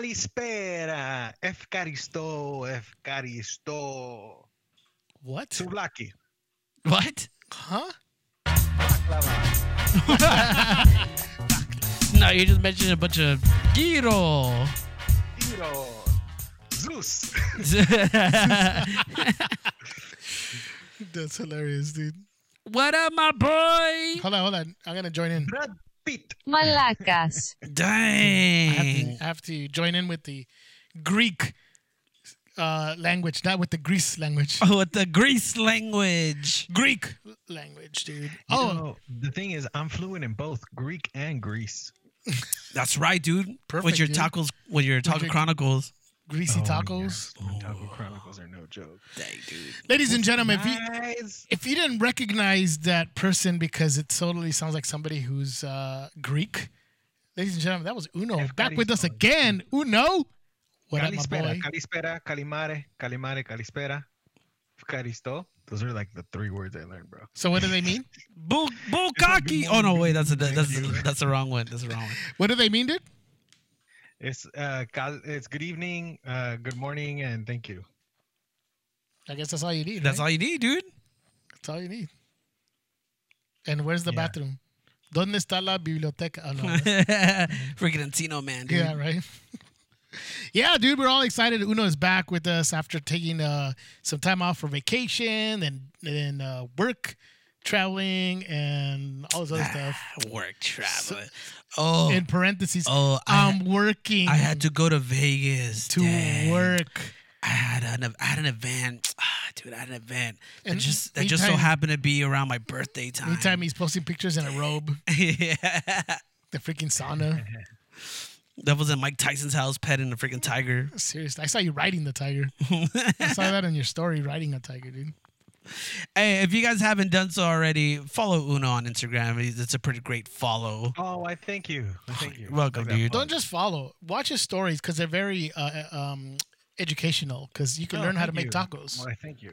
Καλησπέρα. Ευχαριστώ. Ευχαριστώ. What? Τσουρλάκι. What? Huh? No, you just mentioned a bunch of gyro. Ήρο. Ζους. That's hilarious, dude. what up, my boy? Hold on, hold on. I'm gonna join in. Brad Pitt. Malacas. I have Dang. to, I have to join in with the Greek uh, language, not with the Greece language. Oh, with the Greece language. Greek language, dude. Oh, Oh, the thing is, I'm fluent in both Greek and Greece. That's right, dude. Perfect, with your dude. tacos, with your taco your- chronicles. greasy Oh, tacos. yes. The Taco Chronicles are no joke. Dang, dude. Ladies and gentlemen, if you Guys, if you didn't recognize that person because it totally sounds like somebody who's uh, Greek, ladies and gentlemen, that was Uno back with us again. Uno, what up, my Kalispera, boy? Kalispera, Kalimare, Kalimare, Kalispera, Eucharisto. Those are like the three words I learned, bro. So what do they mean? Bu- Bukaki. Oh no, wait, that's a, that's a, that's the wrong one. That's the wrong one. What do they mean, dude? It's uh, cal- it's good evening, uh, good morning, and thank you. I guess that's all you need. That's right? all you need, dude. That's all you need. And where's the Yeah. bathroom? ¿Dónde está la biblioteca? Oh, no. Freaking Encino man, dude. Yeah, right. yeah, dude, we're all excited. Uno is back with us after taking uh, some time off for vacation and and uh, work, traveling, and all this other stuff. Work travel. Ah. Oh, In parentheses, oh, I, I'm working. I had to go to Vegas Um, to Dang. work. I had an I had an event, ah, dude. I had an event that And just that just so anytime- happened to be around my birthday time. Anytime he's posting pictures in a robe, yeah, the freaking sauna. that was at Mike Tyson's house, petting a freaking tiger. Seriously, I saw you riding the tiger. I saw that in your story, riding a tiger, dude. Hey, if you guys haven't done so already, follow Uno on Instagram. It's it's a pretty great follow. Oh, I thank you. I thank you. You're welcome, Like that dude. pause. Don't just follow. Watch his stories because they're very uh, uh, um, educational. Because you can No, learn how to Oh, thank make you. tacos. Why, thank you.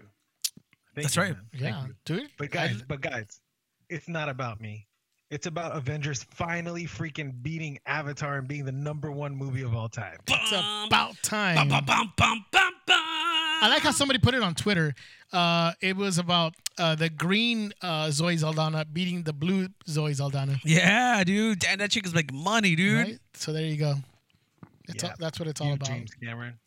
Thank That's you, right. man. Thank Yeah, you. dude. But I- guys, but guys, it's not about me. It's about Avengers finally freaking beating Avatar and being the number one movie of all time. it's Bum, about bum, time. bum, bum, bum, bum, bum. I like how somebody put it on Twitter. Uh, it was about uh, the green uh, Zoe Zaldana beating the blue Zoe Zaldana. Yeah, dude. Damn, that chick is making money, dude. Right? So there you go. It's Yeah. all, that's what it's all You, about. James Cameron.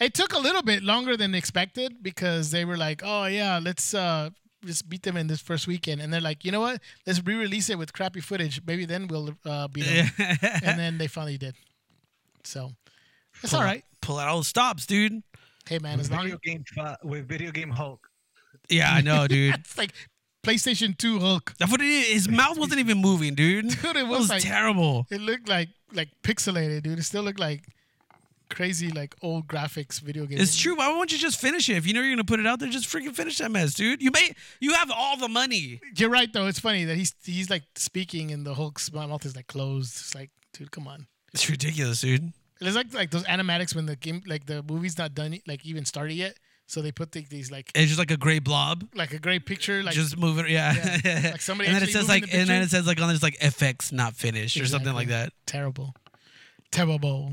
It took a little bit longer than expected because they were like, "Oh yeah, let's uh, just beat them in this first weekend," and they're like, "You know what? Let's re-release it with crappy footage. Maybe then we'll uh, beat them." and then they finally did. So it's Pull all out- right. Pull out all the stops, dude. Hey man, With as long as video, game, fu- with video game Hulk. Yeah, I know, dude. it's like PlayStation Two Hulk, That's what it is. His mouth wasn't even moving, dude. Dude, it That was like- terrible. it looked like like pixelated, dude. It still looked like crazy, like old graphics video game. It's true. Why won't you just finish it? If you know you're gonna put it out there, just freaking finish that mess, dude. You may you have all the money. You're right though. It's funny that he's he's like speaking and the Hulk's mouth is like closed. It's like, dude, come on. It's ridiculous, dude. It's like like those animatics when the game like the movie's not done like even started yet. So they put the, these like It's just like a gray blob. like a great picture like just moving, yeah. yeah, like somebody and then it actually says moving like, the and then it picture. says like on this like FX not finished or something like that. Exactly. terrible, terrible.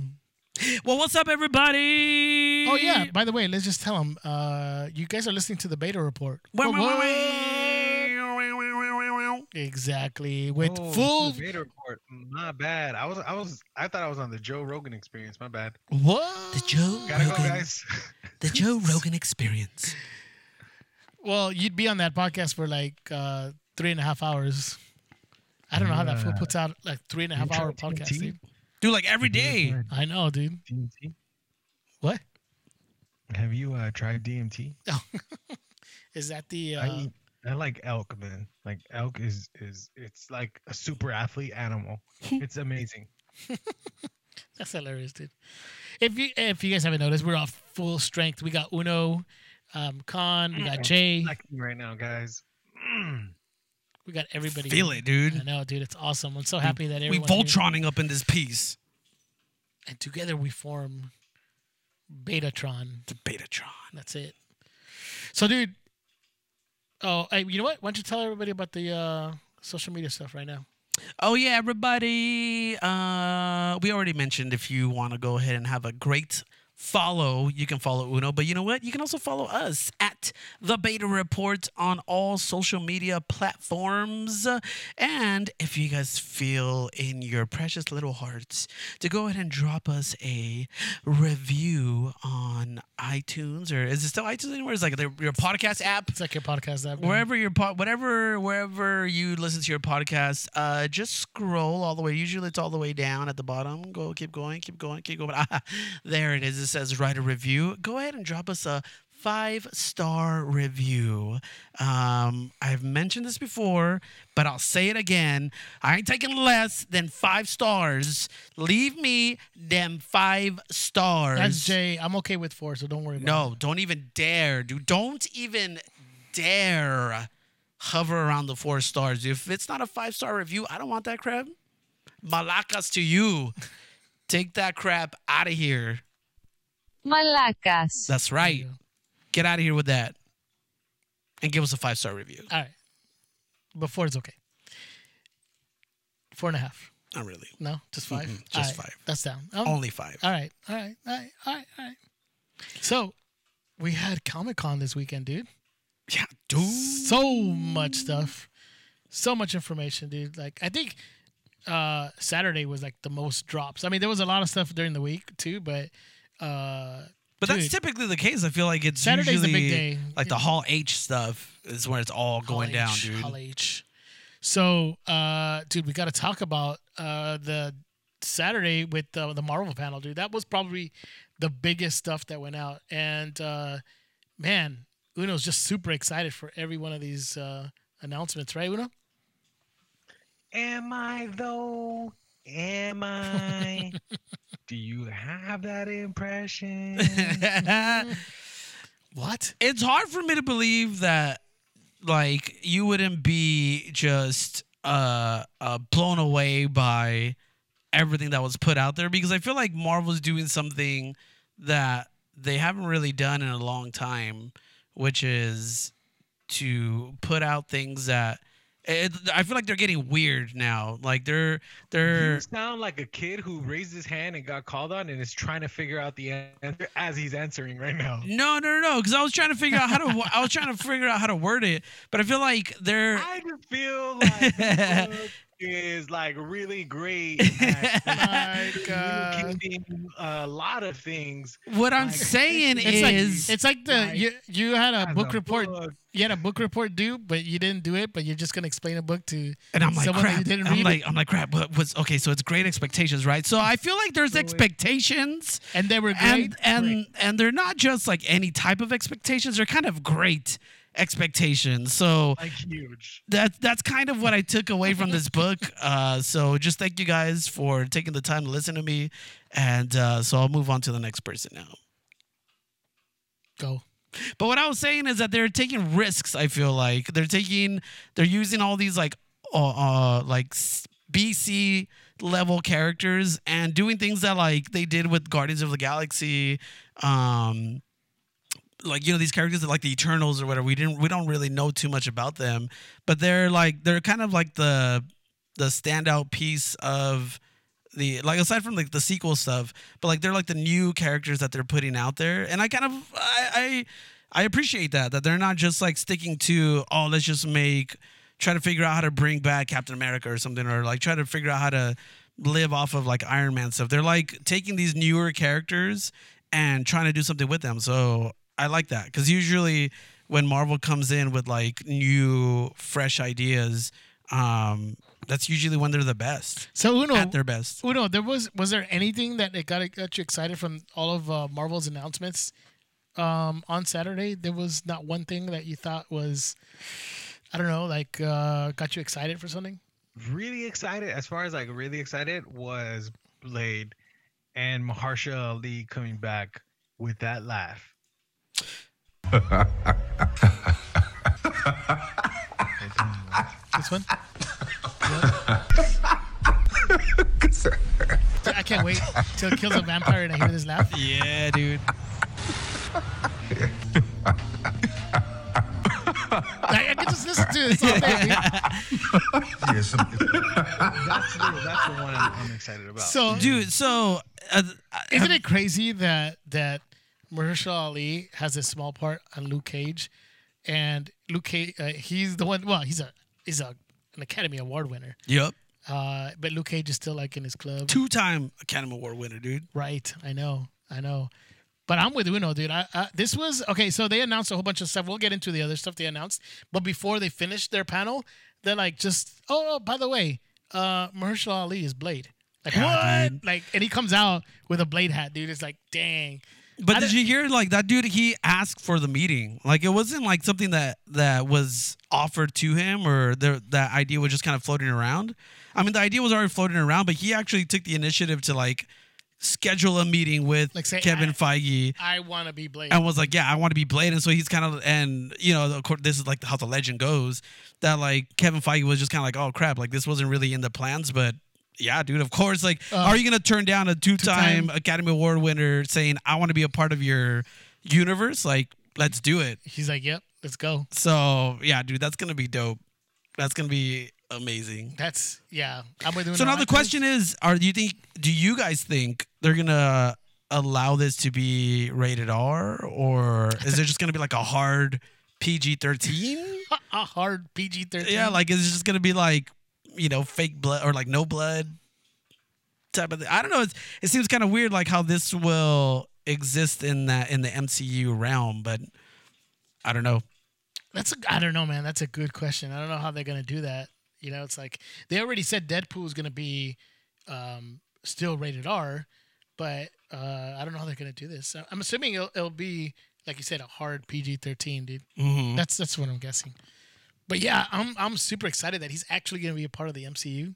Well, what's up, everybody? Oh yeah. By the way, let's just tell them uh, you guys are listening to the beta report. Wah, wah, Whoa, wah, whoa. wah. Exactly. With Oh, full this is Vader report. My bad. I was, I was, I thought I was on the Joe Rogan Experience. My bad. what? The Joe Gotta go, Rogan, guys. the Joe Rogan experience. Well, you'd be on that podcast for like uh, three and a half hours. I don't know how that fool Yeah. puts out like three and a You half hour tried podcast. TNT? Dude. Dude, like every day. I know, dude. DMT. What Have you uh, tried DMT? is that? The uh, I eat. I like elk, man. Like elk is is it's like a super athlete animal. It's amazing. That's hilarious, dude. If you if you guys haven't noticed, we're off full strength. We got Uno, um, Khan, we got Jay, Flexing right now, guys. Mm. we got everybody. Feel it, I dude. know, dude. It's awesome. I'm so happy that We everyone. here- Voltroning up in this piece. and together we form Betatron. The Betatron. That's it. So, dude. Oh, I, you know what? Why don't you tell everybody about the uh, social media stuff right now? Oh yeah, everybody. Uh, we already mentioned if you want to go ahead and have a great follow, you can follow Uno. But you know what? You can also follow us at the Beta Report on all social media platforms. And if you guys feel in your precious little hearts to go ahead and drop us a review on iTunes or is it still iTunes anywhere? It's like the, your podcast app It's like your podcast app. wherever your pod, whatever, wherever you listen to your podcast, uh, just scroll all the way. Usually, it's all the way down at the bottom. Go, keep going, keep going, keep going. Ah, there it is. It says write a review. Go ahead and drop us a five star review. Um, I've mentioned this before, but I'll say it again. I ain't taking less than five stars. Leave me them five stars. That's Jay. I'm okay with four, so don't worry about it. No, don't even dare, dude. Don't even dare hover around the four stars. If it's not a five star review, I don't want that crap. Malakas to you. Take that crap out of here. Malacas. That's right. Get out of here with that. And give us a five star review. All right. But four is okay. Four and a half. Not really. No, just 5 just All right, five. That's down. Um, Only five. All right. All right. All right. All right. All right. So we had Comic Con this weekend, dude. Yeah, dude. So much stuff. So much information, dude. Like I think uh Saturday was like the most drops. I mean, there was a lot of stuff during the week too, but uh But that's dude. typically the case. I feel like it's Saturday's the usually big day. like the Hall H stuff is where it's all going Hall down, H, dude. Hall H. So, uh, dude, we got to talk about uh, the Saturday with uh, the Marvel panel, dude. That was probably the biggest stuff that went out, and uh, man, Uno's just super excited for every one of these uh, announcements, right, Uno? Am I though? Am I? Do you have that impression? What? it's hard for me to believe that like you wouldn't be just uh, uh blown away by everything that was put out there because I feel like Marvel's doing something that they haven't really done in a long time, which is to put out things that it, I feel like they're getting weird now. Like they're you they're sound like a kid who raised his hand and got called on and is trying to figure out the answer as he's answering right now. no no no no because I was trying to figure out how to I was trying to figure out how to word it, but I feel like they're I just feel like this book is like really great My at God. communicating a lot of things. What I'm Like, saying it's- It's is, like it's like the like, you you had a as book report book. you had a book report due but you didn't do it but you're just gonna explain a book to and I'm like, someone that you crap. didn't I'm read like, I'm like, crap. What, what's okay? So it's great expectations, right? So I feel like there's So it- expectations, and they were great. and and and they're not just like any type of expectations. They're kind of great expectations. So like huge. that's that's kind of what I took away from this book. Uh, so just thank you guys for taking the time to listen to me, and uh, so I'll move on to the next person now. Go. But what I was saying is that they're taking risks. I feel like they're taking, they're using all these like, uh, uh like s- BC level characters and doing things that like they did with Guardians of the Galaxy, um, like you know these characters are like the Eternals or whatever. We didn't, we don't really know too much about them, but they're like they're kind of like the the standout piece of the like aside from like the sequel stuff, but like they're like the new characters that they're putting out there, and I kind of I I, I appreciate that that they're not just like sticking to oh let's just make try to figure out how to bring back Captain America or something or like try to figure out how to live off of like Iron Man stuff. They're like taking these newer characters and trying to do something with them. So I like that because usually when Marvel comes in with like new fresh ideas, um, that's usually when they're the best So Uno at their best. Uno, there was was there anything that it got, got you excited from all of uh, Marvel's announcements um, on Saturday? There was not one thing that you thought was, I don't know, like uh, got you excited for something. Really excited, as far as like really excited, was Blade and Mahershala Ali coming back with that laugh. This one, I can't wait till it kills a vampire and I hear this laugh. Yeah, dude. Like, I could just listen to this all day. dude. That's Yes. the, that's the one I'm, I'm excited about. So, dude. So, uh, uh, isn't it crazy that that Mahershala Ali has a small part on Luke Cage, and Luke Cage uh, he's the one. Well, he's a he's a an Academy Award winner, yep, uh, but Luke Cage is still like in his club. two-time Academy Award winner, dude. Right. I know. I know. But I'm with Uno, dude. I, I this was okay. So they announced a whole bunch of stuff. We'll get into the other stuff they announced. But before they finished their panel, they're like, just oh, oh, by the way, uh, Mahershala Ali is Blade. Like Yeah, what? dude. Like, and he comes out with a Blade hat, dude. It's like, dang. But I did don't- you hear like that dude? He asked for the meeting. Like it wasn't like something that that was offered to him or there, that idea was just kind of floating around. I mean, the idea was already floating around, but he actually took the initiative to like schedule a meeting with Like, say, Kevin I- Feige. I want to be Blade. and was like, "Yeah, I want to be Blade." And so he's kind of, and you know, of course, this is like how the legend goes that like Kevin Feige was just kind of like, "Oh crap!" Like this wasn't really in the plans, but yeah, dude, of course. Like, are you gonna turn down a two-time, two-time- Academy Award winner saying, "I want to be a part of your universe"? Like, let's do it. He's like, yep, let's go. So yeah, dude, that's gonna be dope. That's gonna be amazing. That's yeah. I'm with Uno. So now the I think- question is, are do you think do you guys think they're gonna allow this to be rated R or is it just gonna be like a hard PG thirteen? a hard PG-13. Yeah, like is it just gonna be like you know fake blood or like no blood type of thing? I don't know. It's, it seems kind of weird, like how this will exist in that in the MCU realm, but I don't know. That's a, I don't know, man. That's a good question. I don't know how they're gonna do that. You know, it's like they already said Deadpool is gonna be um, still rated R, but uh, I don't know how they're gonna do this. I- I'm assuming it'll, it'll be like you said, a hard PG-13, dude. Mhm. That's that's what I'm guessing. But yeah, I'm I'm super excited that he's actually gonna be a part of the MCU.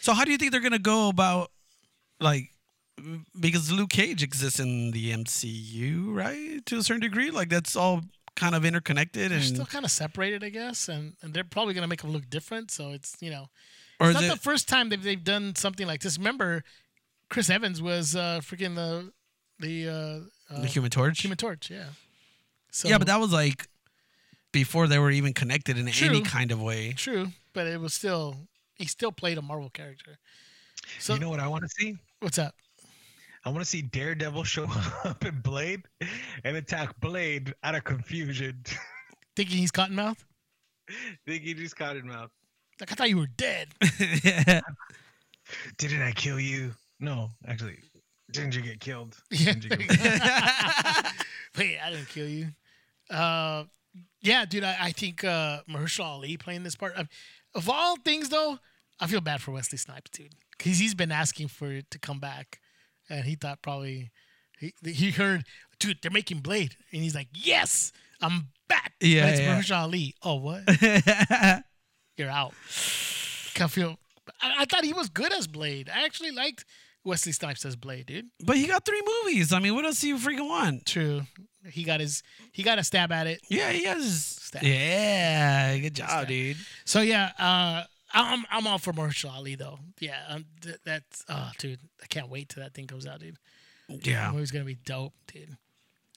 So how do you think they're gonna go about like m- because Luke Cage exists in the MCU, right? To a certain degree, like that's all kind of interconnected, They're and still kind of separated, I guess, and, and they're probably gonna make him look different. So it's you know, or it's is not it, the first time they've, they've done something like this. Remember, Chris Evans was uh, freaking the the, uh, uh, the Human Torch? Human Torch, yeah. So yeah, but that was like before they were even connected in any True. kind of way. true, but it was still he still played a Marvel character. So you know what I want to see? what's up? I want to see Daredevil show up in Blade and attack Blade out of confusion. Thinking he's Cottonmouth? Thinking he's Cottonmouth. Like I thought you were dead. Didn't I kill you? No, actually, didn't you get killed? Yeah. Didn't you get- Wait, I didn't kill you. Uh, yeah, dude, I, I think uh, Mahershala Ali playing this part. Of, of all things, though, I feel bad for Wesley Snipes, dude, because he's been asking for it to come back, and he thought probably he he heard, dude, they're making Blade, and he's like, yes, I'm back. But Yeah, it's yeah. Mahershala Ali. Oh, what? You're out. I feel. I, I thought he was good as Blade. I actually liked Wesley Snipes as Blade, dude. but he got three movies. I mean, what else do you freaking want? True. He got his he got a stab at it. Yeah, he has. Yeah, good job, Stacked. dude. So yeah, uh, I'm I'm all for Marshall Ali though. Yeah, um, th- that's oh dude, I can't wait till that thing comes out, dude. The Yeah. movie's gonna be dope, dude.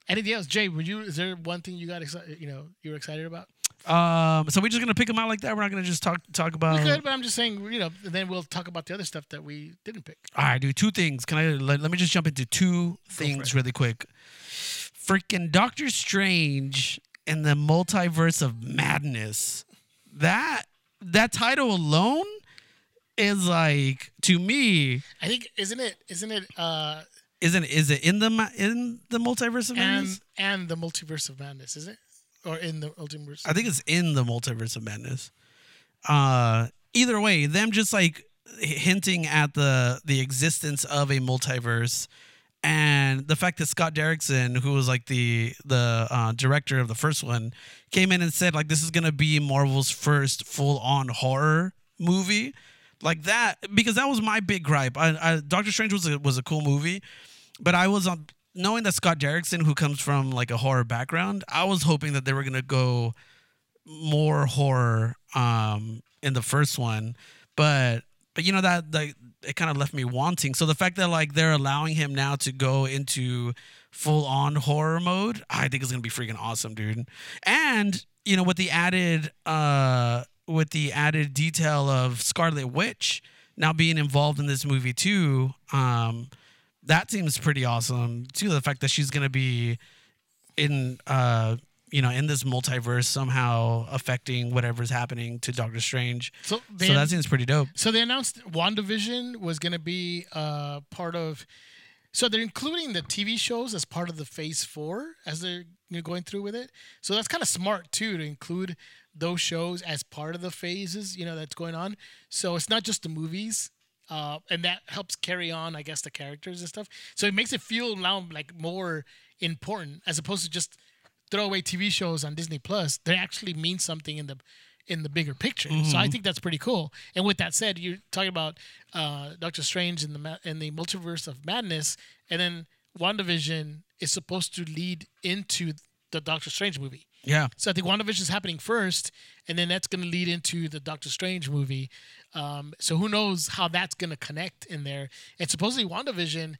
Anything else, Jay? Were you? Is there one thing you got excited? You know, you were excited about? Um. So we're just gonna pick him out like that. We're not gonna just talk talk about. We could, but I'm just saying, you know. Then we'll talk about the other stuff that we didn't pick. All right, dude. Two things. Can I let, let me just jump into two things really quick? Freaking Doctor Strange and the Multiverse of Madness. That that title alone is like to me. I think isn't it? Isn't it? Uh, Isn't is it in the ma- in the Multiverse of and Madness? and the multiverse of madness, is it? Or in the multiverse? I think it's in the Multiverse of Madness. Uh, either way, them just like h- hinting at the the existence of a multiverse and the fact that Scott Derrickson, who was like the the uh, director of the first one, came in and said like this is gonna be Marvel's first full on horror movie, like that because that was my big gripe. I, I, Doctor Strange was a, was a cool movie, but I was on knowing that Scott Derrickson, who comes from like a horror background, I was hoping that they were gonna go more horror um in the first one, but but you know that like it kind of left me wanting. So the fact that like they're allowing him now to go into full on horror mode, I think is gonna be freaking awesome, dude. And you know with the added uh with the added detail of Scarlet Witch now being involved in this movie too, um, that seems pretty awesome too. The fact that she's gonna be in uh you know in this multiverse somehow affecting whatever's happening to Doctor Strange. So, so then- that seems pretty dope. So they announced WandaVision was going to be uh, part of. So they're including the TV shows as part of the Phase Four as they're you know, going through with it. So that's kind of smart too to include those shows as part of the phases you know that's going on. So it's not just the movies. Uh, and that helps carry on, I guess, the characters and stuff. So it makes it feel now like more important as opposed to just throwaway TV shows on Disney Plus, they actually mean something in the in the bigger picture. So I think that's pretty cool. And with that said, you're talking about uh, Doctor Strange in the ma- in the multiverse of madness, and then WandaVision is supposed to lead into the Doctor Strange movie. Yeah. So I think WandaVision is happening first, and then that's going to lead into the Doctor Strange movie. Um, so who knows how that's going to connect in there? And supposedly WandaVision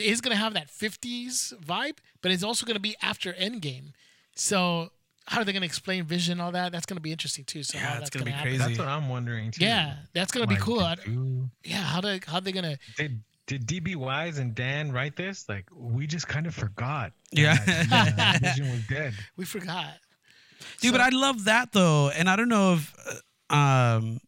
is going to have that 50s vibe, but it's also going to be after Endgame. So how are they going to explain Vision all that? That's going to be interesting too. So Yeah, how it's that's gonna going be to happen. crazy. That's what I'm wondering too. Yeah, that's going to be Like, cool. I did don't- you- yeah, how do how they going to? Did did DB Wise and Dan write this? Like we just kind of forgot. Yeah. that, uh, Vision was dead. We forgot. Dude, but I love that though, and I don't know if, uh, um,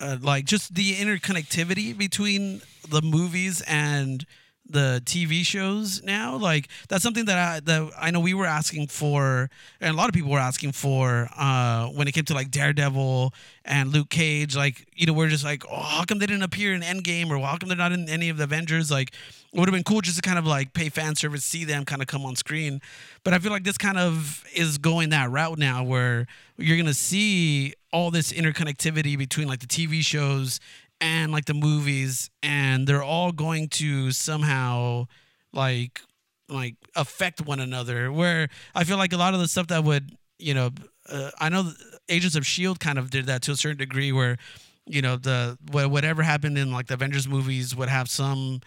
uh, like just the interconnectivity between the movies and the TV shows now. Like that's something that I that I know we were asking for, and a lot of people were asking for uh, when it came to like Daredevil and Luke Cage. Like you know, we're just like, oh, how come they didn't appear in Endgame, or how come they're not in any of the Avengers? Like it would have been cool just to kind of like pay fan service, see them kind of come on screen. But I feel like this kind of is going that route now, where you're gonna see all this interconnectivity between like the TV shows and like the movies and they're all going to somehow like like affect one another where I feel like a lot of the stuff that would, you know, uh, I know Agents of Shield E kind of did that to a certain degree where you know the wha- whatever happened in like the Avengers movies would have some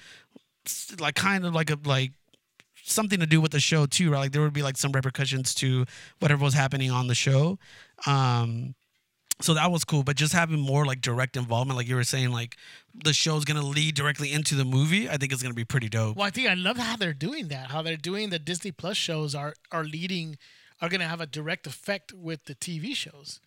s- like kind of like a like something to do with the show too, right? Like there would be like some repercussions to whatever was happening on the show. Um so that was cool, but just having more like direct involvement, like you were saying, like the show's gonna lead directly into the movie, I think it's gonna be pretty dope. Well, I think I love how they're doing that. How they're doing the Disney Plus shows are are leading, are going to have a direct effect with the TV shows.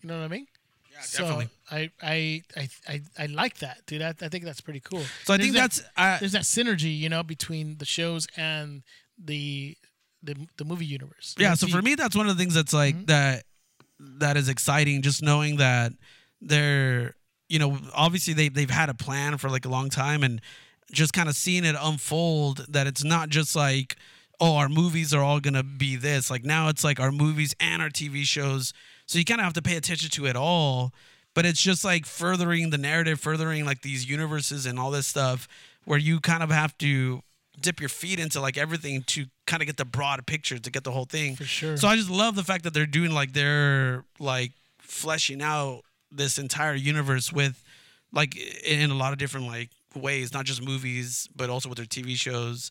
You know what I mean? Yeah, definitely. So I I I I, I like that, dude. I, I think that's pretty cool. So I think that- that's- uh, I- there's that synergy, you know, between the shows and the the, the movie universe. yeah Let's so see. for me that's one of the things that's like Mm-hmm. that that is exciting just knowing that they're you know obviously they, they've had a plan for like a long time and just kind of seeing it unfold that it's not just like oh our movies are all gonna be this like now it's like our movies and our tv shows so you kind of have to pay attention to it all but it's just like furthering the narrative furthering like these universes and all this stuff where you kind of have to dip your feet into like everything to kind of get the broad picture to get the whole thing For sure. so i just love the fact that they're doing like they're like fleshing out this entire universe with like in in a lot of different like ways not just movies but also with their tv shows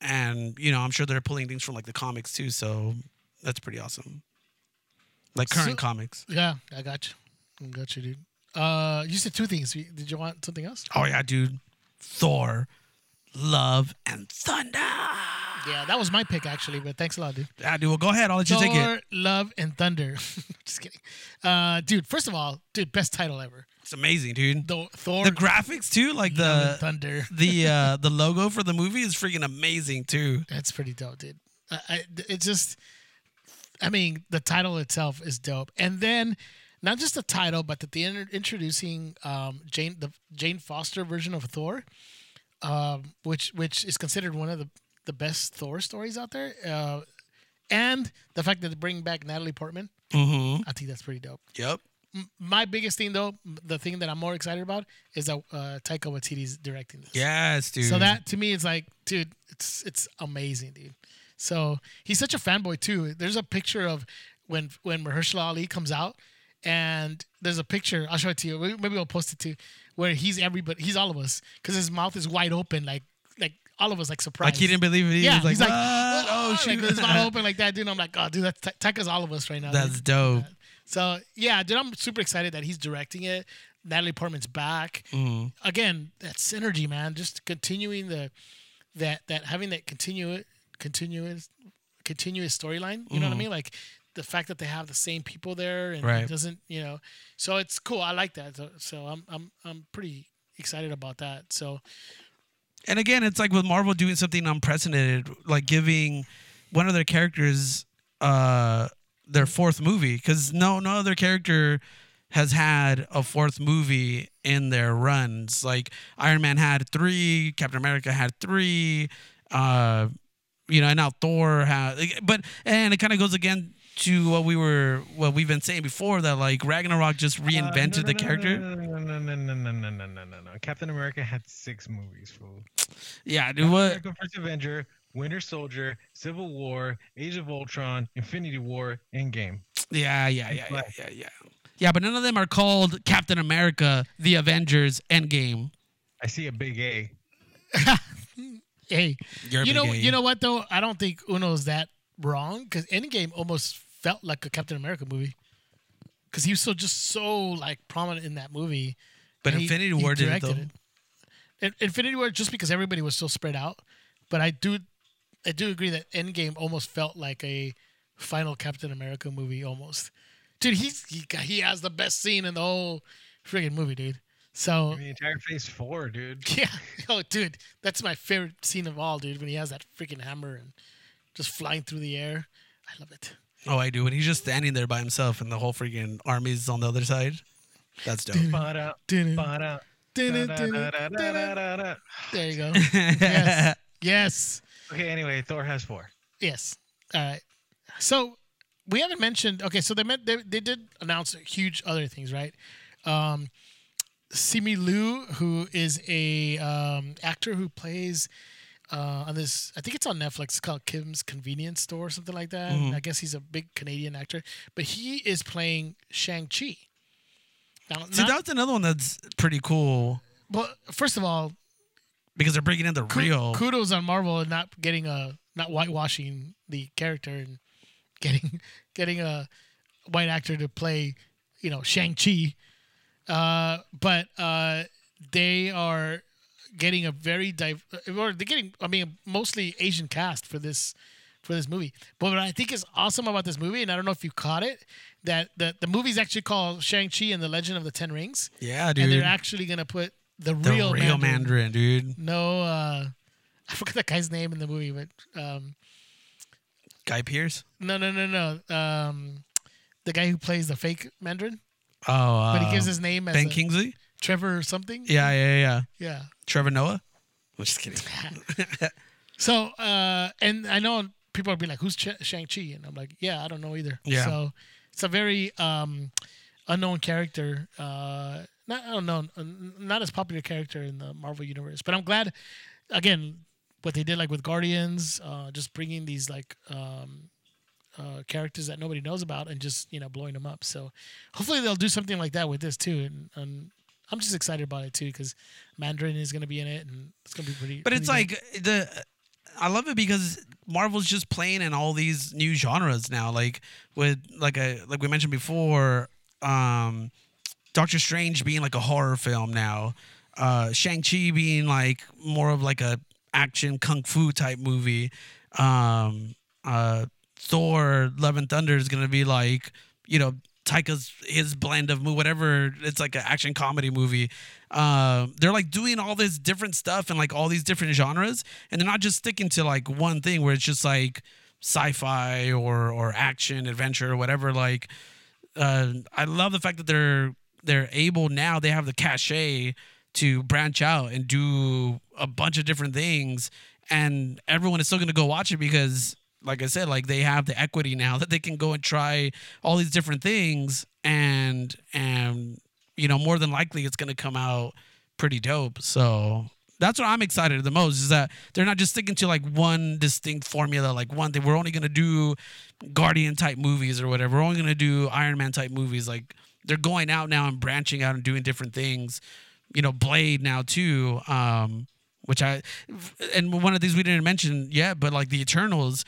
and you know i'm sure they're pulling things from like the comics too so that's pretty awesome like current So- comics yeah, I got you. I got you, dude. Uh, you said two things. You- Did you want something else? Oh yeah, dude. Thor, love, and thunder. Yeah, that was my pick actually. But thanks a lot, dude. Yeah, dude. Well, go ahead. I'll let you take Thor, it. Love, and Thunder. Just kidding. Uh, dude, first of all, dude, best title ever. It's amazing, dude. The, Tho- Thor, graphics too, like Love and the Thunder. the uh, the logo for the movie is freaking amazing too. That's pretty dope, dude. I, I, it's just, I mean, the title itself is dope. And then, not just the title, but that the inter- introducing um, Jane, the Jane Foster version of Thor, um, which which is considered one of the the best Thor stories out there. Uh, and the fact that they bring back Natalie Portman, Mm-hmm. I think that's pretty dope. Yep. my biggest thing though, the thing that I'm more excited about is that uh, Taika Waititi's directing this. Yes, dude. So that to me is like, dude, it's it's amazing, dude. So he's such a fanboy too. There's a picture of when when Mahershala Ali comes out, and there's a picture. I'll show it to you. Maybe maybe I'll post it too, where he's everybody. He's all of us because his mouth is wide open, like like all of us, like surprised. Like he didn't believe it. He yeah, was like, he's like, "What? oh, oh like, shit, it's not open like that, dude. I'm like, oh, dude, that's Tekka's all of us right now. That's dope. So yeah, dude, I'm super excited that he's directing it. Natalie Portman's back again. That synergy, man. Just continuing the that that having that continue continuous continuous storyline. You know what I mean? Like the fact that they have the same people there and Right. it doesn't you know. So it's cool. I like that. So, so I'm I'm I'm pretty excited about that. So and again, it's like with Marvel doing something unprecedented, like giving one of their characters uh, their fourth movie, because no no other character has had a fourth movie in their runs. Like Iron Man had three, Captain America had three, uh, you know, and now Thor had. But and it kind of goes again to what we were what we've been saying before that like Ragnarok just reinvented the character. Uh, No, no, no, no, no, no, no, no, no, no, no. Captain America had six movies, fool. Uh, Yeah, dude, what? America First Avenger, Winter Soldier, Civil War, Age of Ultron, Infinity War, Endgame. Yeah, yeah, yeah, yeah, Black. yeah, yeah. Yeah, but none of them are called Captain America, The Avengers, Endgame. I see a big A. hey, You're a big you know A. you know what though? I don't think Uno's that wrong because Endgame almost felt like a Captain America movie because he was so just so like prominent in that movie. But and he- Infinity he War did it directed though. In- Infinity War just because everybody was so spread out, but I do I do agree that Endgame almost felt like a final Captain America movie almost. Dude, he's he got- he has the best scene in the whole friggin' movie, dude. So I mean, entire Phase Four, dude. yeah. Oh, dude, that's my favorite scene of all, dude. When he has that freaking hammer and just flying through the air, I love it. Oh, I do. And he's just standing there by himself, and the whole freaking army's on the other side. That's dope. Ba-da, Dun-dun, ba-da, dun-dun, dun-dun, dun-dun. da-da-da-da-da-da. There you go. Yes, yes, Okay, anyway, Thor has four. yes. All right. So we haven't mentioned. Okay, so they meant they, they did announce huge other things, right? Um, Simi Liu, who is a um, actor who plays uh, on this, I think it's on Netflix. It's called Kim's Convenience Store or something like that. I guess he's a big Canadian actor, but he is playing Shang Chi. Now, See, not- that's another one that's pretty cool well, first of all, because they're bringing in the ku- real. kudos on Marvel and not getting a not whitewashing the character and getting getting a white actor to play, you know, Shang Chi. Uh, but uh, they are getting a very div- or they're getting I mean mostly Asian cast for this for this movie. But what I think is awesome about this movie, and I don't know if you caught it, that the the movie's actually called Shang Chi and the Legend of the Ten Rings, yeah, and dude. they're actually gonna put the The real, real, Mandarin, Mandarin dude. no uh I forgot that guy's name in the movie, but um Guy Pierce. no no no no. Um the guy who plays the fake Mandarin, Oh, uh, but he gives his name as Ben a- Kingsley. Trevor or something. Yeah, yeah, yeah. Yeah. Trevor Noah. I'm just kidding. So uh and I know people are be like, Who's Ch- Shang Chi? And I'm like, Yeah, I don't know either. Yeah. So it's a very um unknown character. Uh not unknown, n- not as popular character in the Marvel universe. But I'm glad again what they did like with Guardians, uh just bringing these like um uh, characters that nobody knows about and just you know blowing them up. So hopefully they'll do something like that with this too. And, and I'm just excited about it too because Mandarin is going to be in it and it's going to be pretty. But it's pretty like eh, the I love it because Marvel's just playing in all these new genres now. Like with like a like we mentioned before, um Doctor Strange being like a horror film now. Uh Shang Chi being like more of like a action kung fu type movie. Um uh Thor Love and Thunder is gonna be like, you know, Taika's his blend of movie, whatever. It's like an action comedy movie. Um, they're like doing all this different stuff and like all these different genres, and they're not just sticking to like one thing where it's just like sci-fi or or action adventure or whatever. Like, uh, I love the fact that they're they're able now. They have the cachet to branch out and do a bunch of different things, and everyone is still gonna go watch it because, like I said, like they have the equity now that they can go and try all these different things, and and you know more than likely it's gonna come out pretty dope. So. That's what I'm excited the most is that they're not just sticking to like one distinct formula, like one thing. We're only gonna do Guardian type movies or whatever. We're only gonna do Iron Man type movies. Like they're going out now and branching out and doing different things. You know, Blade now too. Um, which I and one of these we didn't mention yet, but like the Eternals,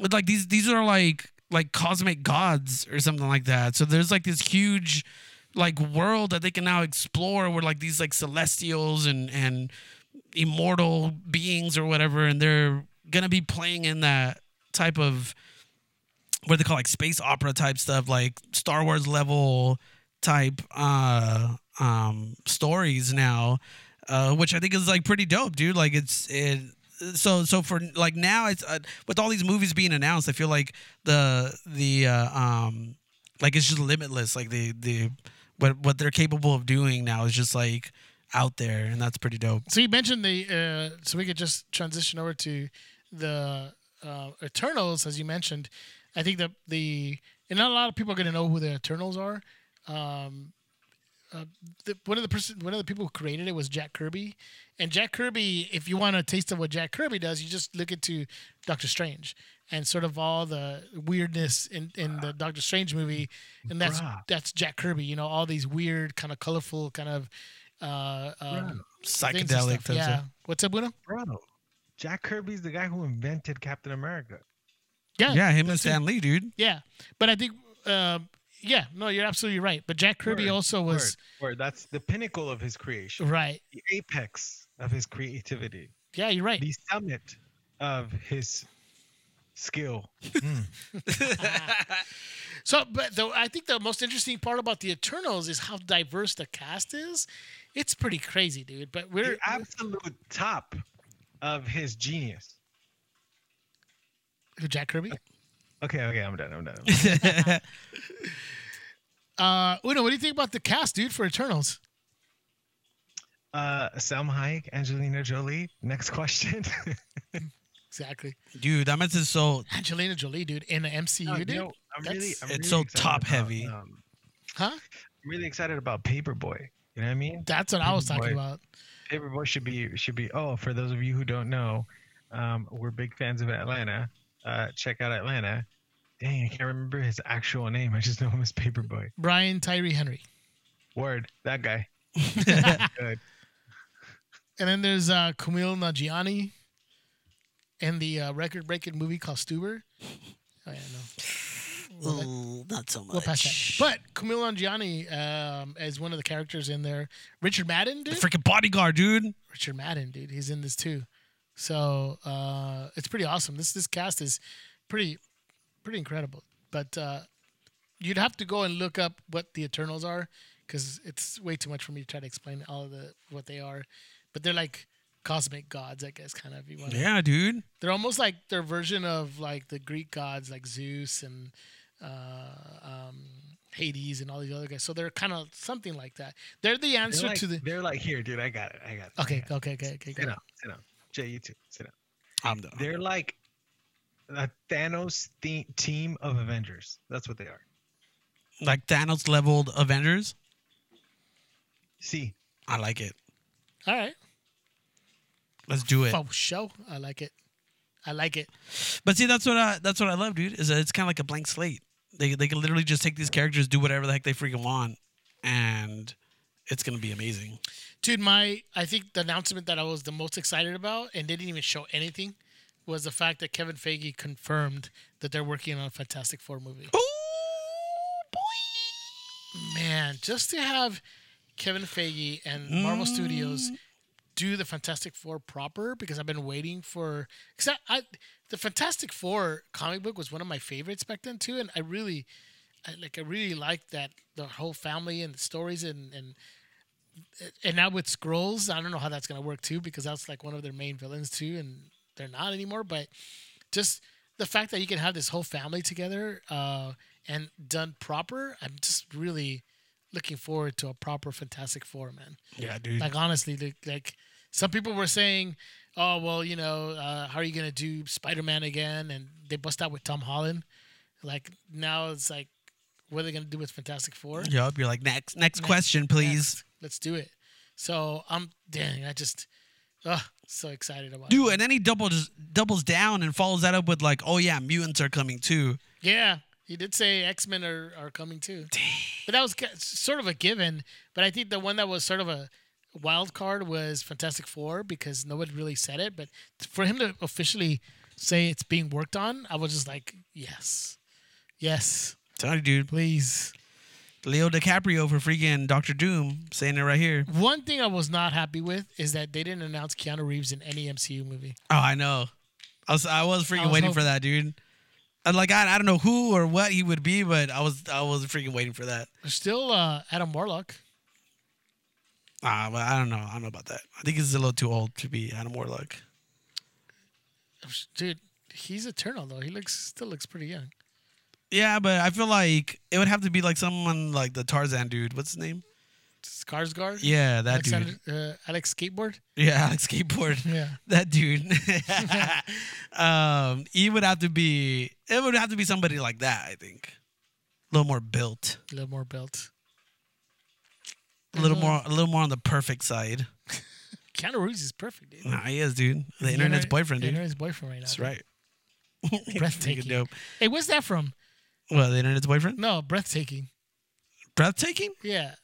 but, like these these are like like cosmic gods or something like that. So there's like this huge like world that they can now explore where like these like celestials and and immortal beings or whatever and they're gonna be playing in that type of what do they call like space opera type stuff like star wars level type uh um stories now uh which i think is like pretty dope dude like it's it so so for like now it's uh, with all these movies being announced i feel like the the uh, um like it's just limitless like the the what what they're capable of doing now is just like out there and that's pretty dope So you mentioned the uh, so we could just transition over to the uh, Eternals as you mentioned. I think that the and not a lot of people are going to know who the Eternals are. Um, uh, the, one of the person, one of the people who created it was Jack Kirby, and Jack Kirby. If you want a taste of what Jack Kirby does, you just look into Doctor Strange and sort of all the weirdness in, in the Doctor Strange movie, and that's Bruh. that's Jack Kirby. You know, all these weird, kind of colorful, kind of uh, um, things and psychedelic stuff. type Yeah. stuff. What's up, Bruno? Bro, Jack Kirby's the guy who invented Captain America. Yeah. yeah him and that's it. stan lee dude Yeah, but I think, um, yeah, no, you're absolutely right. But Jack Kirby Word, also was Word, word. That's the pinnacle of his creation, right. the apex of his creativity, Yeah, you're right. the summit of his skill. So, but though I think the most interesting part about the Eternals is how diverse the cast is. It's pretty crazy, dude. But we're the absolute top of his genius. who Jack Kirby. Okay, okay, I'm done. I'm done. Uh, Uno, what do you think about the cast, dude, for Eternals? uh, Selma Hayek, Angelina Jolie. Next question. Exactly, dude that mess is so Angelina Jolie, dude, in the MCU, No, you dude. know, I'm really, That's- I'm It's really so excited top about, heavy. um, huh? I'm really excited about Paperboy. You know what I mean? That's what I was talking Boy. about. Paperboy should be should be. Oh, for those of you who don't know, um, we're big fans of Atlanta. Uh, check out Atlanta. Dang, I can't remember his actual name. I just know him as Paperboy. Brian Tyree Henry, Word, that guy. Good. and then there's uh, Kumail Nanjiani, and the uh, record-breaking movie called Stuber. Oh yeah, no. Ooh, not so much We'll pass that. But Camilo Nanjiani um, as one of the characters in there. Richard Madden, the dude. freaking bodyguard dude Richard Madden, dude. He's in this too. So uh, it's pretty awesome. This this cast is pretty pretty incredible. But uh, you'd have to go and look up what the Eternals are because it's way too much for me to try to explain all of the what they are. But they're like cosmic gods, I guess, kind of. if You want yeah dude they're almost like their version of like the Greek gods, like Zeus and uh, um, Hades and all these other guys. So they're kind of something like that. They're the They're, answer like, to the. they're like, here, dude. I got it. I got it. I Okay, got it." okay, okay, okay. Sit okay. down. Sit down. Jay, you too. Sit down. i'm done They're like a Thanos the- team of Avengers. That's what they are. like thanos leveled avengers See, i like it All right. let's do it Oh, show. I like it. I like it. But see, that's what I that's what I love, dude. Is that it's kind of like a blank slate. They they can literally just take these characters, do whatever the heck they freaking want, and it's gonna be amazing. Dude, my I think the announcement that I was the most excited about, and they didn't even show anything, was the fact that Kevin Feige confirmed that they're working on a Fantastic Four movie. Ooh, man, just to have Kevin Feige and Marvel Studios do the Fantastic Four proper because I've been waiting for because I, I the Fantastic Four comic book was one of my favorites back then too, and I really I, like I really liked that the whole family and the stories and and and now with scrolls, I don't know how that's gonna work too because that's like one of their main villains too, and they're not anymore, but just the fact that you can have this whole family together uh, and done proper, I'm just really looking forward to a proper Fantastic Four, man. Yeah, dude. Like honestly, like, like some people were saying, "Oh well, you know, uh, how are you gonna do Spider Man again?" And they bust out with Tom Holland. Like now it's like, what are they gonna do with Fantastic Four? yup. You're like next next question, please. Next, let's do it. So I'm dang, I just, oh, so excited about it. Dude, and then he doubles doubles down and follows that up with like, oh yeah, mutants are coming too. Yeah, he did say X Men are, are coming too. but that was ki- sort of a given. But I think the one that was sort of a wild card was Fantastic Four because nobody really said it. But for him to officially say it's being worked on, I was just like, yes, yes, Sorry, dude. please. Leo DiCaprio for freaking Doctor Doom saying it right here. One thing I was not happy with is that they didn't announce Keanu Reeves in any MCU movie. Oh, I know. I was I was freaking I was waiting for hoping- that, dude. And like I, I don't know who or what he would be, but I was I was freaking waiting for that. There's still uh, Adam Warlock. Ah, but I don't know. I don't know about that. I think he's a little too old to be Adam Warlock. Dude, he's eternal though. He looks still looks pretty young. Yeah, but I feel like it would have to be like someone like the Tarzan dude. What's his name? Skarsgård. Yeah, that Alexander, dude. uh, Alex Skateboard. Yeah, Alex Skateboard. Yeah. That dude. um, he would have to be. It would have to be somebody like that. I think. A little more built. A little more built. A little Mm-hmm. more. A little more on the perfect side. Keanu Reeves is perfect, dude. Nah, he is, dude. The internet's Internet- boyfriend, The dude. internet's boyfriend right now. That's dude. right. Breathtaking. dope. Hey, where's that from? Well, the internet's boyfriend. No, breathtaking. Breathtaking. Yeah.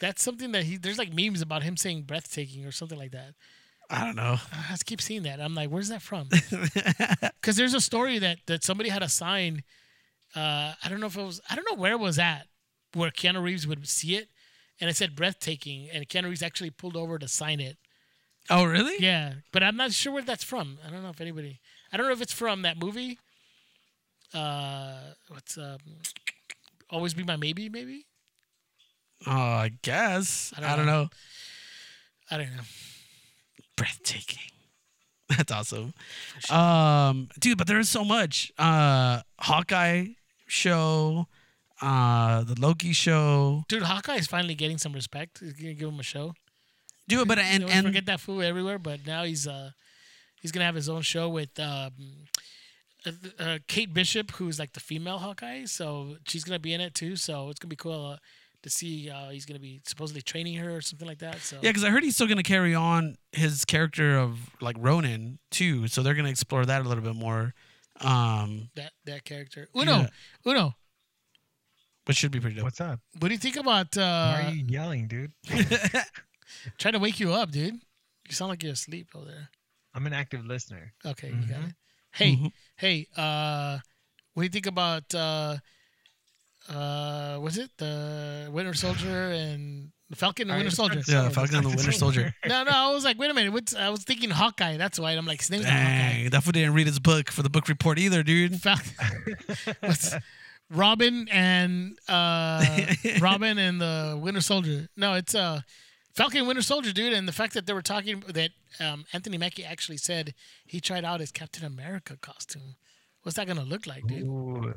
That's something that he there's like memes about him saying breathtaking or something like that. I don't know. I just keep seeing that. I'm like, where's that from? Because there's a story that that somebody had a sign. Uh, I don't know if it was. I don't know where it was at, where Keanu Reeves would see it, and it said breathtaking, and Keanu Reeves actually pulled over to sign it. Oh, really? Yeah, but I'm not sure where that's from. I don't know if anybody. I don't know if it's from that movie. Uh, what's um, always be my maybe maybe. Oh, I guess. I I don't, don't know. know. I don't know. Breathtaking. That's awesome. Um, dude, but there is so much. Uh, Hawkeye show, uh, the Loki show. Dude, Hawkeye is finally getting some respect. He's gonna give him a show. Dude, but and And, always and forget that fool everywhere, but now he's uh he's gonna have his own show with um, uh, uh, Kate Bishop, who's like the female Hawkeye. So she's gonna be in it too. So it's gonna be cool uh, to see. Uh, he's gonna be supposedly training her or something like that. So yeah, because I heard he's still gonna carry on his character of like Ronin too. So they're gonna explore that a little bit more. Um, that that character Uno Uno. which should be pretty dope. What's up? What do you think about Why are uh, you yelling, dude? trying to wake you up, dude? You sound like you're asleep over there. I'm an active listener. Okay, you got it. Hey, hey, uh, what do you think about uh, uh, was it the Winter Soldier and the Falcon and All right, Winter let's Soldier? start- Yeah, Falcon and the Winter Soldier. No, no, I was like, wait a minute, what's, I was thinking Hawkeye. That's why, and I'm like, his name's not Hawkeye. Dang, that fool didn't read his book for the book report either, dude. Falcon. what's Robin and uh, Robin and the Winter Soldier? No, it's uh, Falcon and Winter Soldier, dude. And the fact that they were talking that um, Anthony Mackie actually said he tried out his Captain America costume. What's that gonna look like, dude? Ooh.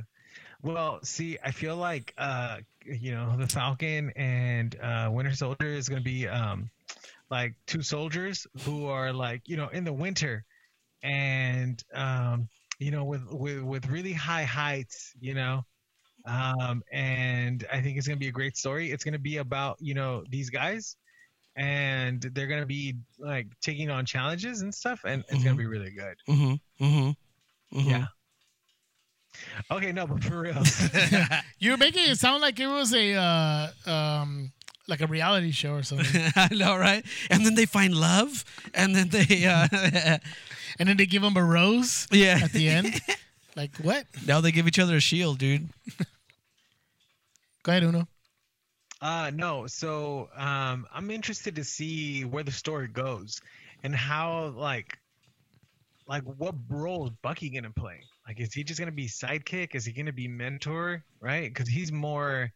Well, see, I feel like uh, you know, the Falcon and uh, Winter Soldier is gonna be um, like two soldiers who are like you know in the winter, and um, you know with with with really high heights, you know. Um, and I think it's gonna be a great story. It's gonna be about you know these guys, and they're gonna be like taking on challenges and stuff, and it's gonna be really good. Mm-hmm. Mm-hmm. Yeah. Okay, no, but for real. You're making it sound like it was a uh, um, like a reality show or something. I know, right? And then they find love, and then they, uh, and then they give him a rose yeah. at the end. like what? Now they give each other a shield, dude. Go ahead, Uno. Uh, no. So um, I'm interested to see where the story goes and how like like what role is Bucky gonna play? Like, is he just gonna be sidekick? Is he gonna be mentor? Right? Because he's more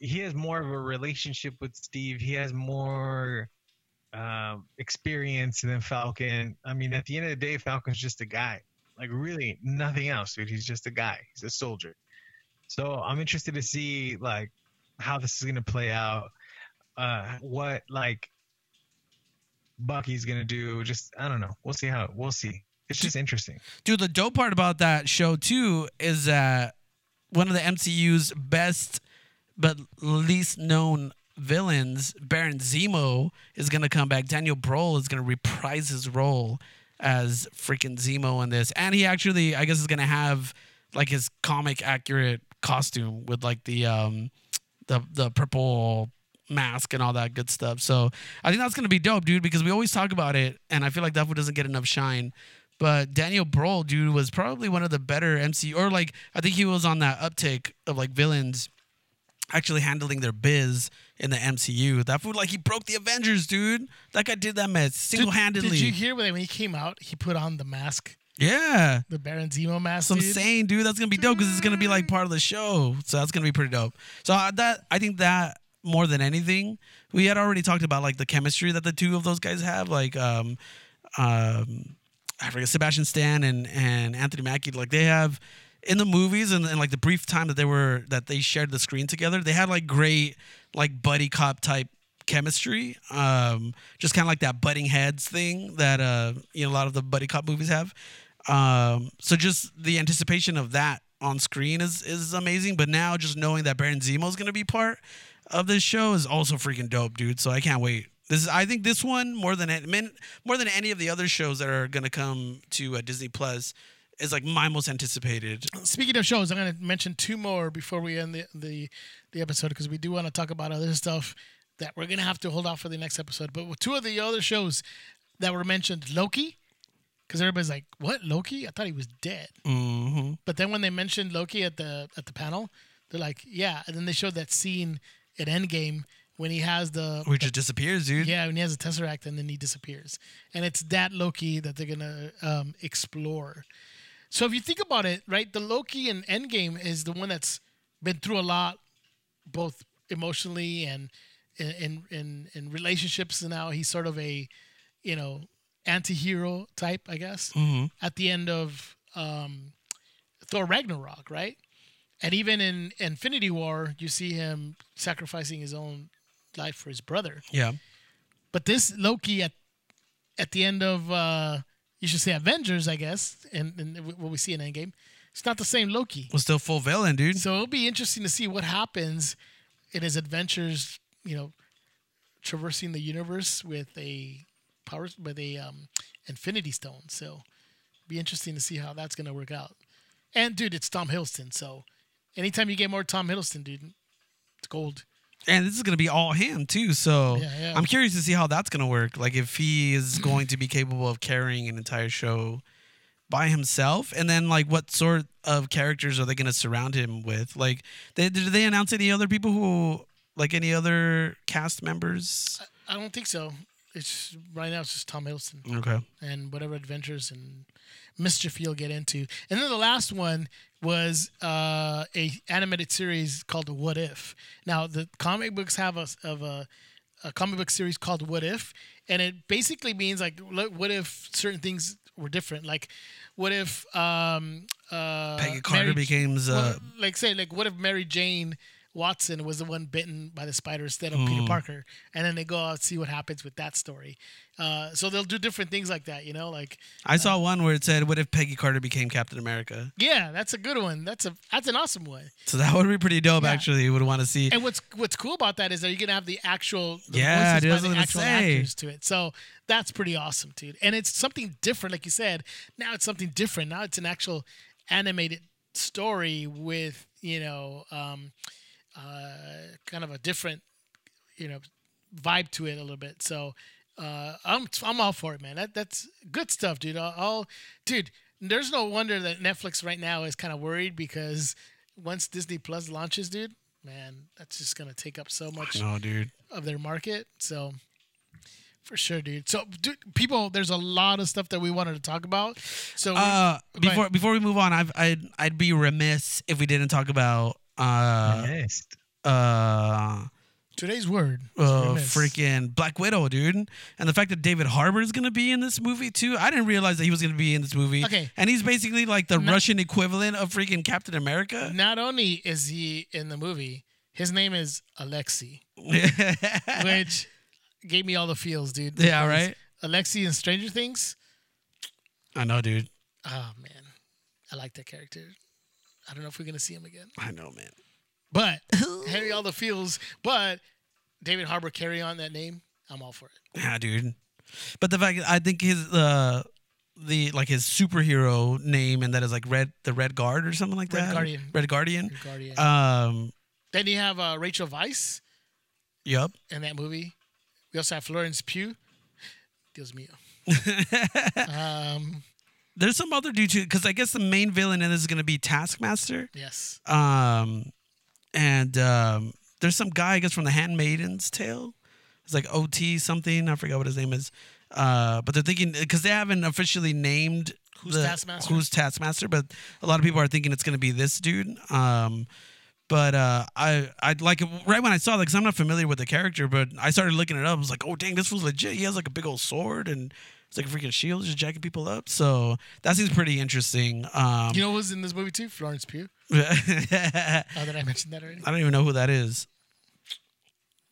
he has more of a relationship with Steve. He has more um, experience than Falcon. I mean, at the end of the day, Falcon's just a guy. Like, really, nothing else, dude. He's just a guy. He's a soldier. So I'm interested to see like how this is gonna play out, uh, what like Bucky's gonna do. Just I don't know. We'll see how. We'll see. It's just interesting. Dude, the dope part about that show too is that one of the MCU's best but least known villains, Baron Zemo, is gonna come back. Daniel Brohl is gonna reprise his role as freaking Zemo in this, and he actually, I guess, is gonna have like his comic accurate costume with like the um the the purple mask and all that good stuff. So I think that's gonna be dope, dude, because we always talk about it, and I feel like that one doesn't get enough shine. But Daniel Brohl, dude, was probably one of the better MC, or like I think he was on that uptick of like villains actually handling their biz in the MCU. That food, like he broke the Avengers, dude. That guy did that mess single handedly. Did you hear when when he came out? He put on the mask, yeah. the Baron Zemo mask. So I'm dude. saying, dude, that's gonna be dope because it's gonna be like part of the show. So that's gonna be pretty dope. So I, that I think that more than anything, we had already talked about like the chemistry that the two of those guys have. Like, um, um, I forget Sebastian Stan and and Anthony Mackie. Like they have in the movies and, and like the brief time that they were that they shared the screen together, they had like great like buddy cop type chemistry um just kind of like that butting heads thing that uh you know a lot of the buddy cop movies have um so just the anticipation of that on screen is is amazing but now just knowing that baron zemo is going to be part of this show is also freaking dope dude so i can't wait this is i think this one more than it- min- more than any of the other shows that are going to come to uh, disney plus is like my most anticipated Speaking of shows, I'm going to mention two more before we end the the, the episode because we do want to talk about other stuff that we're going to have to hold off for the next episode. But two of the other shows that were mentioned, Loki, because everybody's like, "What Loki? I thought he was dead." mm-hmm. But then when they mentioned Loki at the at the panel, they're like, "Yeah," and then they showed that scene at Endgame when he has the which just disappears dude yeah, when he has a tesseract and then he disappears, and it's that Loki that they're gonna um, explore. So if you think about it, right, the Loki in Endgame is the one that's been through a lot, both emotionally and in in in relationships. And now he's sort of a, you know, anti-hero type, I guess. At the end of um, Thor Ragnarok, right? And even in Infinity War, you see him sacrificing his own life for his brother. yeah But this Loki at at the end of uh you should say Avengers, I guess, and, and w- what we see in Endgame, it's not the same Loki. was still full villain dude So it'll be interesting to see what happens in his adventures. You know, traversing the universe with a power with a um, Infinity Stone. So be interesting to see how that's gonna work out. And dude, it's Tom Hiddleston. So anytime you get more Tom Hiddleston, dude, it's gold. and this is going to be all him too. So Yeah, yeah. I'm curious to see how that's going to work. Like if he is going to be capable of carrying an entire show by himself, and then like what sort of characters are they going to surround him with? Like, they, did they announce any other people who like any other cast members? I don't think so. It's right now. It's just Tom Hiddleston. Okay. and whatever adventures and mischief you'll get into. And then the last one was uh, a animated series called What If. Now the comic books have a of a, a comic book series called What If, and it basically means like lo- what if certain things were different. Like what if um, uh, Peggy Carter Mary- becomes uh, well, like say like what if Mary Jane Watson was the one bitten by the spider instead of Peter Parker, and then they go out and see what happens with that story. Uh, so they'll do different things like that, you know. Like I saw one where it said, "What if Peggy Carter became Captain America?" yeah, that's a good one. That's a that's an awesome one. So that would be pretty dope. Yeah. Actually, would want to see. And what's what's cool about that is that you're gonna have the actual the Yeah, voices dude, by that's the what I was actual gonna say. actors to it. So that's pretty awesome, dude. And it's something different, like you said. Now it's something different. Now it's an actual animated story with you know um, uh, kind of a different you know vibe to it a little bit. So uh, I'm I'm all for it, man. That that's good stuff, dude. I'll, I'll- dude. There's no wonder that Netflix right now is kind of worried because once Disney Plus launches, dude, man, that's just gonna take up so much no, Oh, dude. of their market. So for sure, dude. So dude, people, there's a lot of stuff that we wanted to talk about. So we're- Uh, Go before before we move on, I've, I'd I'd be remiss if we didn't talk about uh yes. uh, today's word, uh is Mm-hmm. remiss. freaking Black Widow, dude, and the fact that David Harbour is gonna be in this movie too. I didn't realize that he was gonna be in this movie. Okay. and he's basically like the Russian equivalent of freaking Captain America. Not only is he in the movie, his name is Alexi, which gave me all the feels, dude. Yeah, because right? Alexi in Stranger Things. I know, dude. Oh man, I like that character. I don't know if we're gonna see him again. I know, man. But Henry all the feels, but David Harbour carry on that name. I'm all for it. Yeah, dude. But the fact I think his uh the like his superhero name and that is like red the Red Guard or something like Red that. Guardian. Red Guardian. Guardian. Um Then you have uh, Rachel Weisz Yep. in that movie. We also have Florence Pugh. Dios mío. um, There's some other dude too, because I guess the main villain in this is gonna be Taskmaster. yes. Um, and um, there's some guy I guess from The Handmaid's Tale. It's like OT something. I forgot what his name is. Uh, but they're thinking because they haven't officially named Who's the- Taskmaster? Who's Taskmaster? But a lot of people are thinking it's gonna be this dude. Um, but uh, I I like right when I saw that because I'm not familiar with the character, but I started looking it up. I was like, oh dang, this was legit. He has like a big old sword and it's like a freaking shield, just jacking people up. So that seems pretty interesting. Um, You know who's in this movie too? Florence Pugh. Oh, did I mention that already? I don't even know who that is.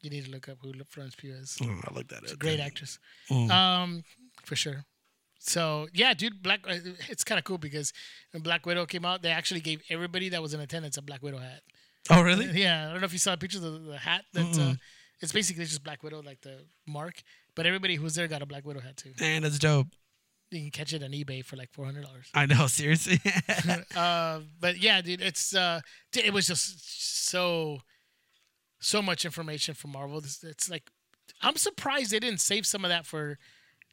You need to look up who Florence Pugh is. Mm, I like that. She's a great actress. Um, for sure. So yeah, dude, Black. uh, It's kind of cool because when Black Widow came out, they actually gave everybody that was in attendance a Black Widow hat. Oh, really? Yeah, I don't know if you saw pictures of the hat. That uh, it's basically just Black Widow, like the mark. But everybody who's there got a Black Widow hat too. Man, that's dope. You can catch it on eBay for like four hundred dollars. I know, seriously. Uh, but yeah, dude, it's uh, d- it was just so, so much information from Marvel. It's, it's like, I'm surprised they didn't save some of that for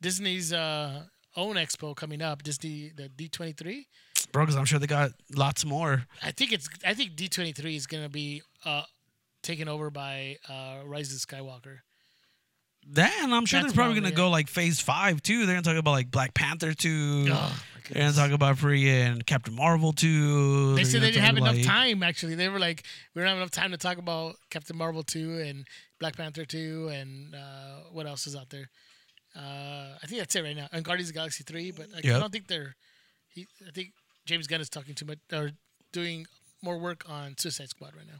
Disney's uh own expo coming up, Disney the D23. Bro, because I'm sure they got lots more. I think it's I think D23 is gonna be uh taken over by uh Rise of Skywalker. Then I'm sure That's they're probably probably gonna go like Phase Five too. They're gonna talk about like Black Panther two. Oh, my they're gonna goodness. talk about freaking Captain Marvel two. They said they didn't have enough time. time. Actually, they were like, we don't have enough time to talk about Captain Marvel two and Black Panther two and uh, what else is out there. Uh, I think that's it right now. And Guardians of the Galaxy three, but like, I Yep. don't think they're. He, I think James Gunn is talking too much or doing more work on Suicide Squad right now.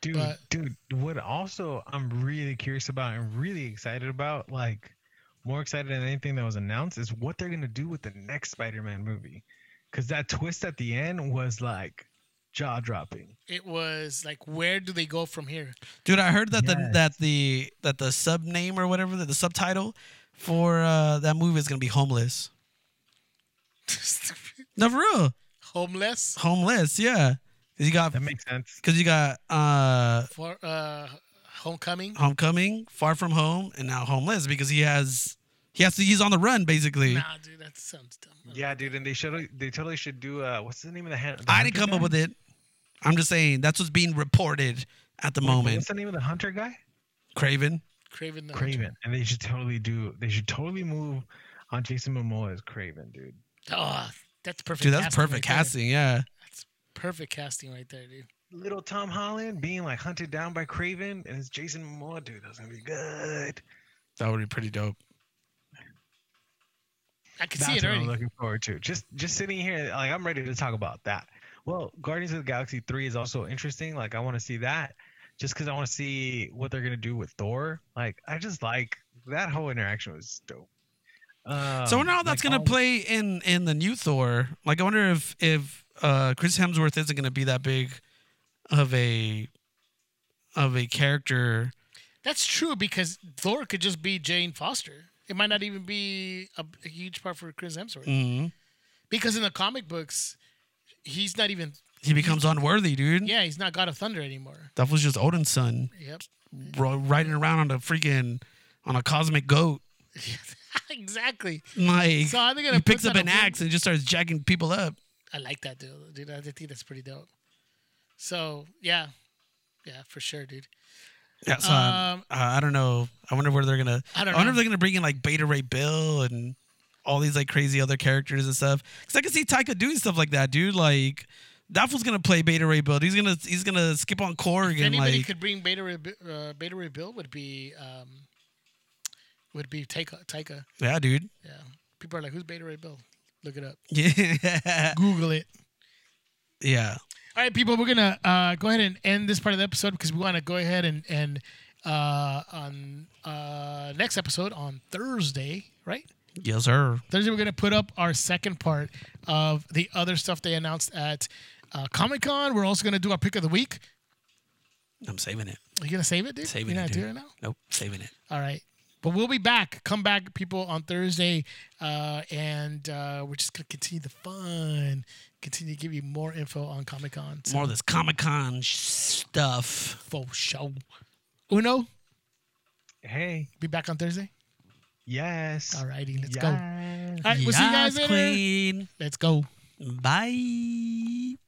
dude But- dude what also i'm really curious about and really excited about like more excited than anything that was announced is what they're gonna do with the next spider-man movie because that twist at the end was like jaw-dropping It was like, where do they go from here? Dude, I heard that the Yes. that the that the sub name or whatever the, the subtitle for uh, that movie is gonna be homeless. No, for real, Homeless homeless. Yeah, because you got that makes sense because you got uh, for uh, Homecoming. Homecoming, Far From Home, and now homeless because he has he has to he's on the run basically. Nah, dude, that sounds dumb. yeah dude and they should they totally should do uh what's the name of the hand I didn't come up with it. I'm just saying that's what's being reported at the moment. what's the name of the hunter guy Craven. Craven the Hunter. craven and they should totally do they should totally move on jason momoa as craven dude Oh, that's perfect. Dude, that's casting right perfect there. casting. Yeah. That's perfect casting right there, dude. little Tom Holland being like hunted down by Craven and it's Jason Momoa, dude. That's gonna be good. That would be pretty dope. I can That's see it what I'm already. looking forward to. Just just sitting here, like I'm ready to talk about that. Well, Guardians of the Galaxy three is also interesting. Like I want to see that, just because I want to see what they're gonna do with Thor. Like I just like that whole interaction was dope. Um, So I wonder how that's like, gonna all- play in in the new Thor. Like I wonder if if uh, Chris Hemsworth isn't gonna be that big of a of a character. That's true because Thor could just be Jane Foster. It might not even be a, a huge part for Chris Hemsworth Mhm. because in the comic books, he's not even. He becomes unworthy, dude. Mm-hmm. Yeah, he's not God of Thunder anymore. That was just Odin's son Yep. ro- riding around on a freaking on a cosmic goat. exactly. Like So are they gonna he put picks up that an on- axe and just starts jacking people up. I like that dude. Dude, I think that's pretty dope. So yeah, yeah, for sure, dude. Yeah, so Um, um, I, I don't know. I wonder where they're gonna. I don't wonder know. if they're gonna bring in like Beta Ray Bill and all these like crazy other characters and stuff. Cause I can see Taika doing stuff like that, dude. Like that fool's gonna play Beta Ray Bill. He's gonna he's gonna skip on Korg If and anybody like could bring Beta Ray, uh, Beta Ray Bill would be um, would be Taika. Taika. yeah, dude. Yeah. People are like, who's Beta Ray Bill? Look it up. Yeah, Google it. yeah. All right, people, we're gonna uh, go ahead and end this part of the episode because we want to go ahead and and uh, on uh, next episode on Thursday, right? Yes, sir. Thursday, we're going to put up our second part of the other stuff they announced at uh, Comic Con. We're also going to do our pick of the week. I'm saving it. Are you going to save it, dude? Saving You're it. not dude. doing it right now? Nope. Saving it. All right. But we'll be back. Come back, people, on Thursday, uh, and uh, we're just gonna continue the fun. Continue to give you more info on Comic Con. So, More of this Comic Con stuff. for show. Uno, Hey, be back on Thursday. yes. Alrighty, let's go. All yes. right, we'll see you guys Yas, later. Queen. Let's go. Bye.